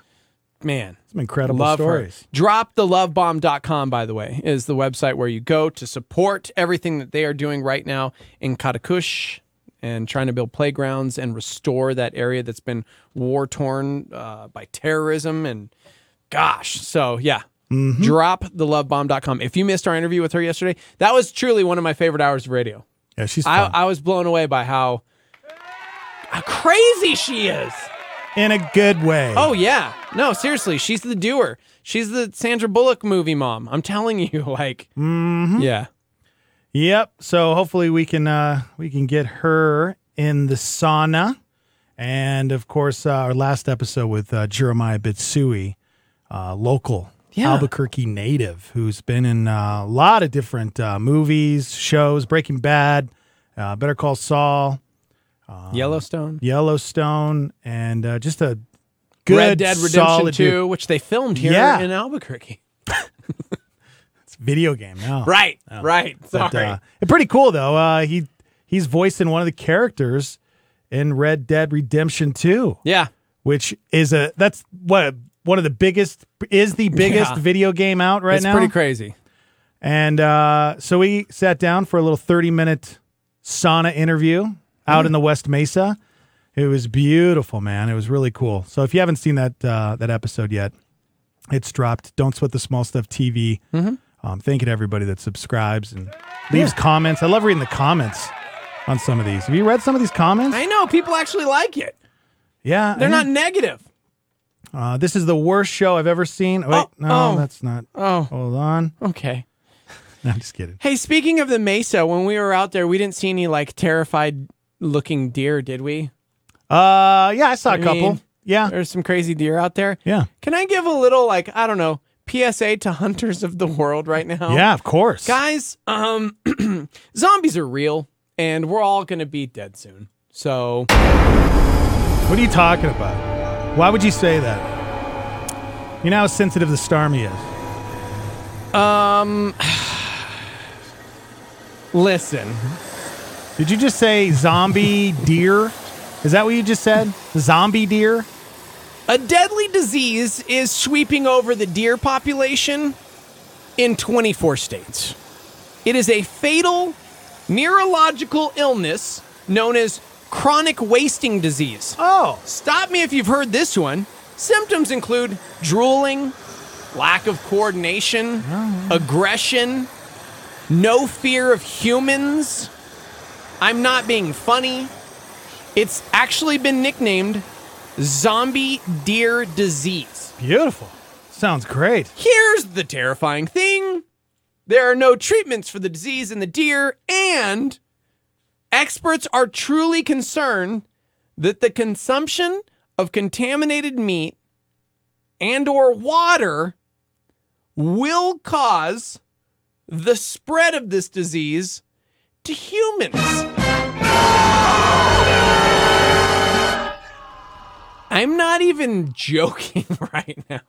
Speaker 2: man,
Speaker 4: some incredible
Speaker 2: love
Speaker 4: stories.
Speaker 2: her. Dropthelovebomb.com, by the way, is the website where you go to support everything that they are doing right now in Katakush and trying to build playgrounds and restore that area that's been war torn uh, by terrorism and gosh. So, yeah.
Speaker 4: Mm-hmm.
Speaker 2: Dropthelovebomb.com. If you missed our interview with her yesterday, that was truly one of my favorite hours of radio.
Speaker 4: Yeah, she's
Speaker 2: I,
Speaker 4: fun.
Speaker 2: I was blown away by how, how crazy she is.
Speaker 4: in a good way.
Speaker 2: Oh yeah, no, seriously, she's the doer. She's the Sandra Bullock movie mom. I'm telling you, like,
Speaker 4: Mm-hmm.
Speaker 2: yeah,
Speaker 4: Yep. So hopefully we can uh we can get her in the sauna, and of course uh, our last episode with uh, Jeremiah Bitsui, uh, local
Speaker 2: Yeah.
Speaker 4: Albuquerque native who's been in uh, a lot of different uh, movies, shows, Breaking Bad, uh, Better Call Saul,
Speaker 2: Yellowstone,
Speaker 4: Yellowstone, and uh, just a good
Speaker 2: Red Dead Redemption
Speaker 4: solid
Speaker 2: Two,
Speaker 4: dude.
Speaker 2: which they filmed here
Speaker 4: Yeah.
Speaker 2: in Albuquerque.
Speaker 4: It's a video game Oh, now.
Speaker 2: Right, right. Sorry,
Speaker 4: But, uh, and pretty cool though. Uh, he he's voicing one of the characters in Red Dead Redemption 2,
Speaker 2: yeah,
Speaker 4: which is a that's what one of the biggest is the biggest
Speaker 2: Yeah.
Speaker 4: video game out right
Speaker 2: it's
Speaker 4: now.
Speaker 2: pretty crazy.
Speaker 4: And uh, so we sat down for a little 30 minute sauna interview
Speaker 2: Mm.
Speaker 4: out in the West Mesa. It was beautiful, man. It was really cool. So if you haven't seen that uh, that episode yet, it's dropped. Don't sweat the small stuff TV.
Speaker 2: Mm-hmm.
Speaker 4: Um, thank you to everybody that subscribes and leaves comments. I love reading the comments on some of these. Have you read some of these comments?
Speaker 2: I know people actually like it.
Speaker 4: yeah,
Speaker 2: They're
Speaker 4: I
Speaker 2: not
Speaker 4: know.
Speaker 2: negative.
Speaker 4: Uh, this is the worst show I've ever seen. Wait,
Speaker 2: Oh,
Speaker 4: no,
Speaker 2: oh.
Speaker 4: that's not.
Speaker 2: Oh,
Speaker 4: Hold on.
Speaker 2: okay.
Speaker 4: No, I'm just kidding.
Speaker 2: Hey, speaking of the mesa, when we were out there, we didn't see any like terrified looking deer, did we?
Speaker 4: Uh, yeah, I saw a
Speaker 2: I
Speaker 4: couple.
Speaker 2: mean, uh,
Speaker 4: yeah,
Speaker 2: There's some crazy deer out there.
Speaker 4: yeah.
Speaker 2: Can I give a little like I don't know PSA to hunters of the world right now?
Speaker 4: Yeah, of course.
Speaker 2: guys. Um, zombies are real, and we're all gonna be dead soon. So
Speaker 4: What are you talking about? Why would you say that? You know how sensitive the Starmie is.
Speaker 2: listen,
Speaker 4: Did you just say zombie deer? Is that what you just said? Zombie deer?
Speaker 2: a deadly disease is sweeping over the deer population in 24 states. It is a fatal neurological illness known as chronic wasting disease.
Speaker 4: Oh.
Speaker 2: Stop me if you've heard this one. Symptoms include drooling, lack of coordination, aggression, no fear of humans. I'm not being funny. It's actually been nicknamed zombie deer disease.
Speaker 4: Beautiful. Sounds great.
Speaker 2: Here's the terrifying thing there are no treatments for the disease in the deer, and experts are truly concerned that the consumption of contaminated meat and or water will cause the spread of this disease to humans. I'm not even joking right now.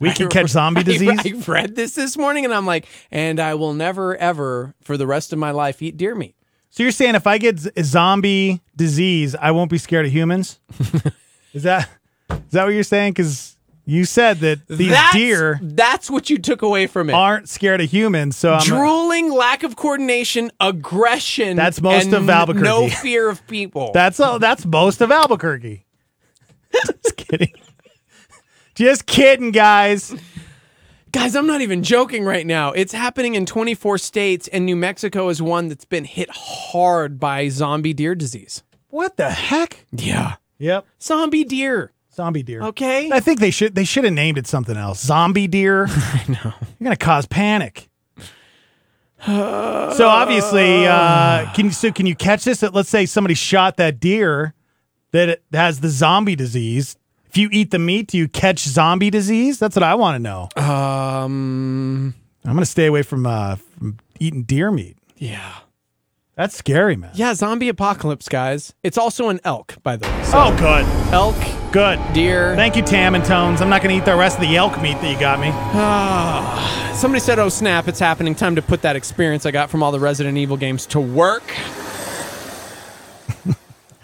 Speaker 4: We can catch zombie
Speaker 2: I-
Speaker 4: disease?
Speaker 2: I, read this this morning and I'm like, and I will never, ever, for the rest of my life, eat deer meat.
Speaker 4: So you're saying if I get z- zombie disease, I won't be scared of humans? is that is that what you're saying? Because you said that these
Speaker 2: That's-
Speaker 4: deer
Speaker 2: that's what you took away from it
Speaker 4: aren't scared of humans. So I'm
Speaker 2: drooling, lack of coordination, aggression.
Speaker 4: That's most
Speaker 2: and
Speaker 4: of Albuquerque.
Speaker 2: No fear of people.
Speaker 4: That's all. That's most of Albuquerque. Just kidding. Just kidding, guys.
Speaker 2: Guys, I'm not even joking right now. It's happening in 24 states, and New Mexico is one that's been hit hard by zombie deer disease.
Speaker 4: What the heck?
Speaker 2: Yeah.
Speaker 4: Yep.
Speaker 2: Zombie deer.
Speaker 4: Zombie deer.
Speaker 2: Okay.
Speaker 4: I think they should they should have named it something else. Zombie deer. I know. You're gonna cause panic. so obviously, uh, can you so can you catch this? That let's say somebody shot that deer that it has the zombie disease. If you eat the meat, do you catch zombie disease? That's what I want to know.
Speaker 2: Um,
Speaker 4: I'm gonna stay away from, uh, from eating deer meat.
Speaker 2: Yeah.
Speaker 4: That's scary, man.
Speaker 2: Yeah, zombie apocalypse, guys. It's also an elk, by the way.
Speaker 4: Oh, good.
Speaker 2: Elk.
Speaker 4: Good.
Speaker 2: Deer.
Speaker 4: Thank you, Tam and Tones. I'm not going to eat the rest of the elk meat that you got me.
Speaker 2: Ah, somebody said, "Oh snap, it's happening! Time to put that experience I got from all the Resident Evil games to work."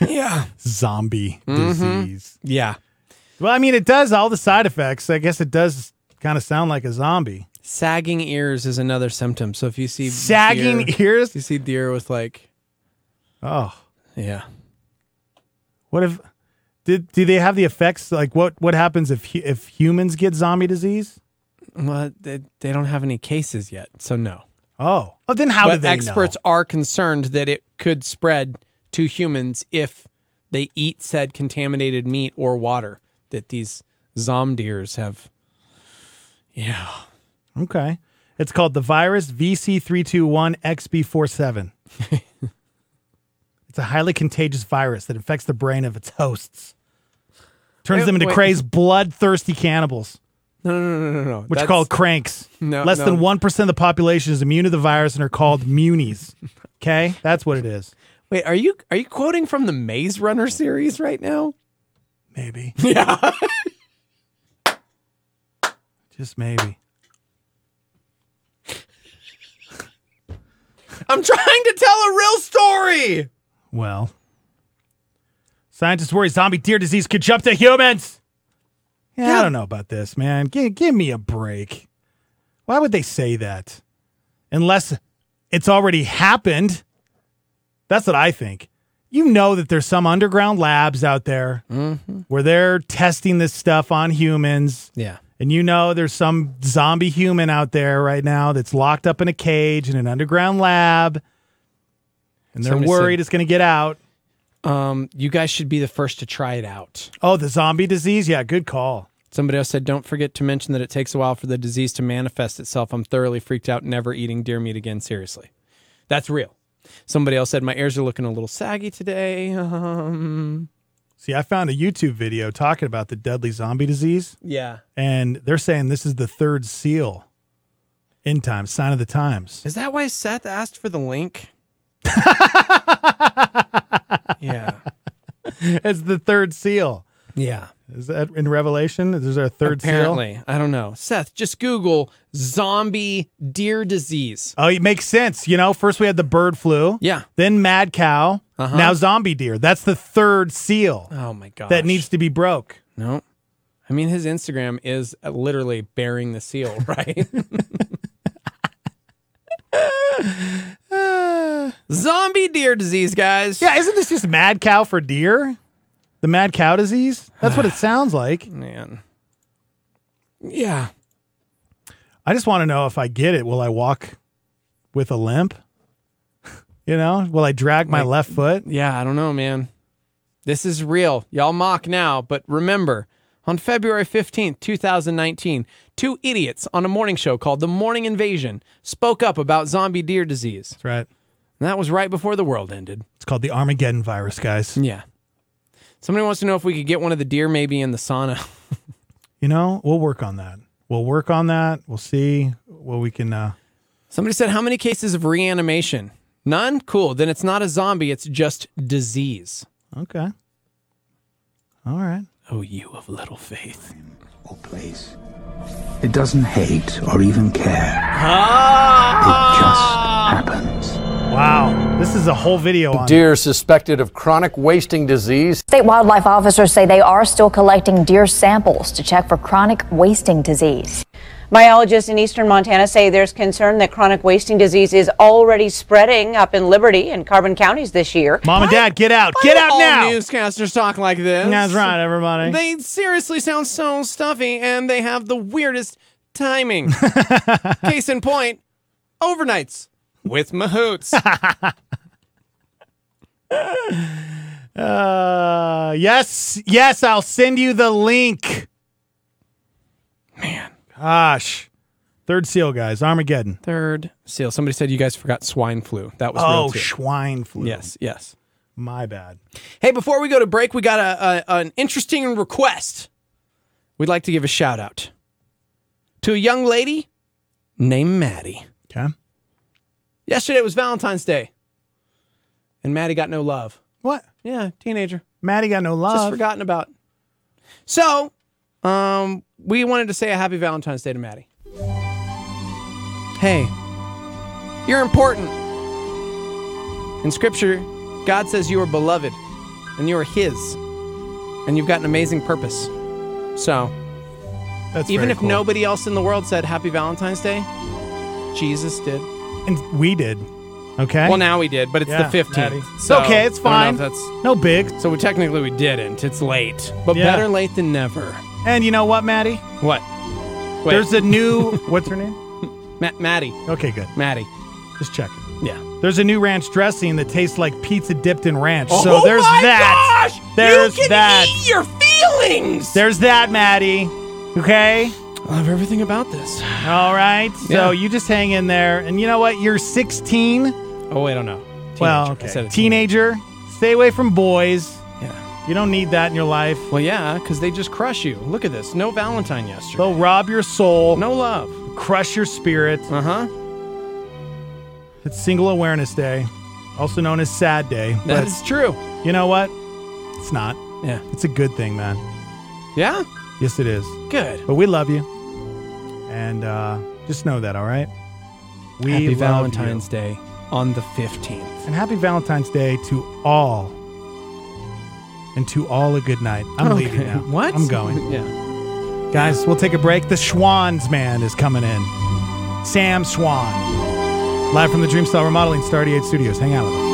Speaker 2: yeah,
Speaker 4: Zombie
Speaker 2: Mhm.
Speaker 4: disease.
Speaker 2: Yeah.
Speaker 4: Well, I mean, it does all the side effects. I guess it does kind of sound like a zombie.
Speaker 2: sagging ears is another symptom. So if you see
Speaker 4: Sagging ears,
Speaker 2: you see deer with like,
Speaker 4: Oh,
Speaker 2: yeah,
Speaker 4: what if? Did do they have the effects? Like what what happens if hu- if humans get zombie disease?
Speaker 2: well, they, they don't have any cases yet, so no.
Speaker 4: Oh, oh, then how
Speaker 2: but
Speaker 4: do they know?
Speaker 2: experts are concerned that it could spread to humans if they eat said contaminated meat or water that these zomdeers have. Yeah.
Speaker 4: Okay, it's called the virus VC321XB47. it's a highly contagious virus that infects the brain of its hosts, turns
Speaker 2: Wait,
Speaker 4: them into
Speaker 2: wait.
Speaker 4: crazed, bloodthirsty cannibals.
Speaker 2: No, no, no, no, no, no.
Speaker 4: which are
Speaker 2: That's-
Speaker 4: called cranks.
Speaker 2: No,
Speaker 4: less
Speaker 2: no.
Speaker 4: than one percent of the population is immune to the virus and are called munies. Okay, that's what it is.
Speaker 2: Wait, are you are you quoting from the Maze Runner series right now?
Speaker 4: Maybe,
Speaker 2: Yeah.
Speaker 4: just maybe.
Speaker 2: I'm trying to tell a real story.
Speaker 4: Well, scientists worry zombie deer disease could jump to humans. Yeah, I don't know about this, man. Give, give me a break. Why would they say that? Unless it's already happened. That's what I think. You know that there's some underground labs out there
Speaker 2: Mm-hmm.
Speaker 4: where they're testing this stuff on humans.
Speaker 2: Yeah.
Speaker 4: And you know there's some zombie human out there right now that's locked up in a cage in an underground lab. And they're
Speaker 2: Somebody
Speaker 4: worried
Speaker 2: said-
Speaker 4: it's going to get out.
Speaker 2: Um, you guys should be the first to try it out.
Speaker 4: Oh, the zombie disease? Yeah, good call.
Speaker 2: Somebody else said, "Don't forget to mention that it takes a while for the disease to manifest itself." I'm thoroughly freaked out. Never eating deer meat again. Seriously, that's real. Somebody else said, "My ears are looking a little saggy today." Um,
Speaker 4: See, I found a YouTube video talking about the deadly zombie disease,
Speaker 2: yeah,
Speaker 4: and they're saying this is the third seal. End time, sign of the times.
Speaker 2: is that why Seth asked for the link? yeah,
Speaker 4: it's the third seal.
Speaker 2: yeah.
Speaker 4: Is that in Revelation? There's our third seal.
Speaker 2: Apparently, I don't know. Seth, just Google zombie deer disease.
Speaker 4: Oh, it makes sense. You know, first we had the bird flu.
Speaker 2: Yeah. Uh-huh.
Speaker 4: Then mad cow. Now zombie deer. That's the third seal
Speaker 2: Oh my god.
Speaker 4: that needs to be broke.
Speaker 2: no. I mean, his Instagram is literally bearing the seal, right? Zombie deer disease, guys.
Speaker 4: Yeah, isn't this just mad cow for deer? The mad cow disease? That's what it sounds like.
Speaker 2: man. Yeah.
Speaker 4: I just want to know if I get it, will I walk with a limp? you know, will I drag my
Speaker 2: Like-
Speaker 4: left foot?
Speaker 2: Yeah, I don't know, man. This is real. Y'all mock now, but remember, on February 15th, 2019, two idiots on a morning show called The Morning Invasion spoke up about zombie deer disease.
Speaker 4: That's right.
Speaker 2: And that was right before the world ended.
Speaker 4: It's called the Armageddon virus, guys.
Speaker 2: Yeah. Somebody wants to know if we could get one of the deer maybe in the sauna.
Speaker 4: You know, we'll work on that. We'll work on that. We'll see what we can. Uh,
Speaker 2: Somebody said, How many cases of reanimation? None? Cool. Then it's not a zombie, it's just disease.
Speaker 4: okay. All right.
Speaker 2: Oh, you of little faith.
Speaker 12: place. Oh, It doesn't hate or even care. It just happens.
Speaker 4: Wow. This is a whole video on
Speaker 13: Deer suspected of chronic wasting disease.
Speaker 14: State wildlife officers say they are still collecting deer samples to check for chronic wasting disease.
Speaker 15: Biologists in eastern Montana say there's concern that chronic wasting disease is already spreading up in Liberty and Carbon counties this year.
Speaker 4: Mom and Dad, get out.
Speaker 2: Why
Speaker 4: Get
Speaker 2: do
Speaker 4: out
Speaker 2: all
Speaker 4: now.
Speaker 2: Newscasters talk like this.
Speaker 4: That's right, everybody.
Speaker 2: They seriously sound so stuffy, and they have the weirdest timing. Case in point, overnights with mahoots.
Speaker 4: Uh, yes, yes, I'll send you the link. Man, gosh, third seal guys, Armageddon.
Speaker 2: Third Seal. Somebody said you guys forgot swine flu. That was
Speaker 4: Oh,
Speaker 2: real too.
Speaker 4: swine flu.
Speaker 2: Yes, yes.
Speaker 4: My bad.
Speaker 2: Hey, before we go to break, we got a, a an interesting request. We'd like to give a shout out to a young lady named Maddie.
Speaker 4: Okay.
Speaker 2: Yesterday was Valentine's Day, and Maddie got no love.
Speaker 4: What?
Speaker 2: Yeah, teenager.
Speaker 4: Maddie got no love.
Speaker 2: Just forgotten about. So, um, we wanted to say a happy Valentine's Day to Maddie. Hey, you're important. In Scripture, God says you are beloved and you are His, and you've got an amazing purpose. So,
Speaker 4: That's
Speaker 2: even
Speaker 4: very
Speaker 2: if
Speaker 4: cool.
Speaker 2: nobody else in the world said Happy Valentine's Day, Jesus did.
Speaker 4: And we did. Okay.
Speaker 2: Well, now we did, but it's
Speaker 4: Yeah,
Speaker 2: the fifteenth.
Speaker 4: Maddie. Okay, it's fine. no big.
Speaker 2: So we technically we didn't. It's late, but
Speaker 4: Yeah.
Speaker 2: better late than never.
Speaker 4: And you know what, Maddie?
Speaker 2: What? Wait.
Speaker 4: There's a new. what's her name?
Speaker 2: Ma- Maddie.
Speaker 4: Okay, good.
Speaker 2: Maddie.
Speaker 4: Just checking.
Speaker 2: Yeah.
Speaker 4: There's a new ranch dressing that tastes like pizza dipped in ranch.
Speaker 2: Oh
Speaker 4: so there's
Speaker 2: my
Speaker 4: that.
Speaker 2: gosh!
Speaker 4: There's
Speaker 2: You can
Speaker 4: that.
Speaker 2: eat your feelings.
Speaker 4: There's that, Maddie. Okay.
Speaker 2: I love everything about this.
Speaker 4: All right.
Speaker 2: Yeah.
Speaker 4: So you just hang in there, and you know what? You're 16.
Speaker 2: Oh wait, I don't know. Teenager. I
Speaker 4: well, okay.
Speaker 2: said it's-
Speaker 4: teenager. Stay away from boys.
Speaker 2: Yeah.
Speaker 4: You don't need that in your life.
Speaker 2: Well, yeah, because they just crush you. Look at this. No Valentine yesterday.
Speaker 4: They'll rob your soul.
Speaker 2: No love.
Speaker 4: Crush your spirit.
Speaker 2: Uh huh.
Speaker 4: It's Single Awareness Day, also known as Sad Day.
Speaker 2: That is true.
Speaker 4: You know what? It's not.
Speaker 2: Yeah.
Speaker 4: It's a good thing, man.
Speaker 2: Yeah.
Speaker 4: Yes, it is.
Speaker 2: Good.
Speaker 4: But we love you. And uh, just know that, all right? We
Speaker 2: Happy
Speaker 4: love
Speaker 2: Valentine's
Speaker 4: you.
Speaker 2: Day on the fifteenth.
Speaker 4: And happy Valentine's Day to all. And to all a good night. I'm leaving now.
Speaker 2: What?
Speaker 4: I'm going.
Speaker 2: yeah.
Speaker 4: Guys, we'll take a break. The Schwans man is coming in. Sam Schwan. Live from the Dreamstyle Remodeling Star 88 Studios. Hang out with us.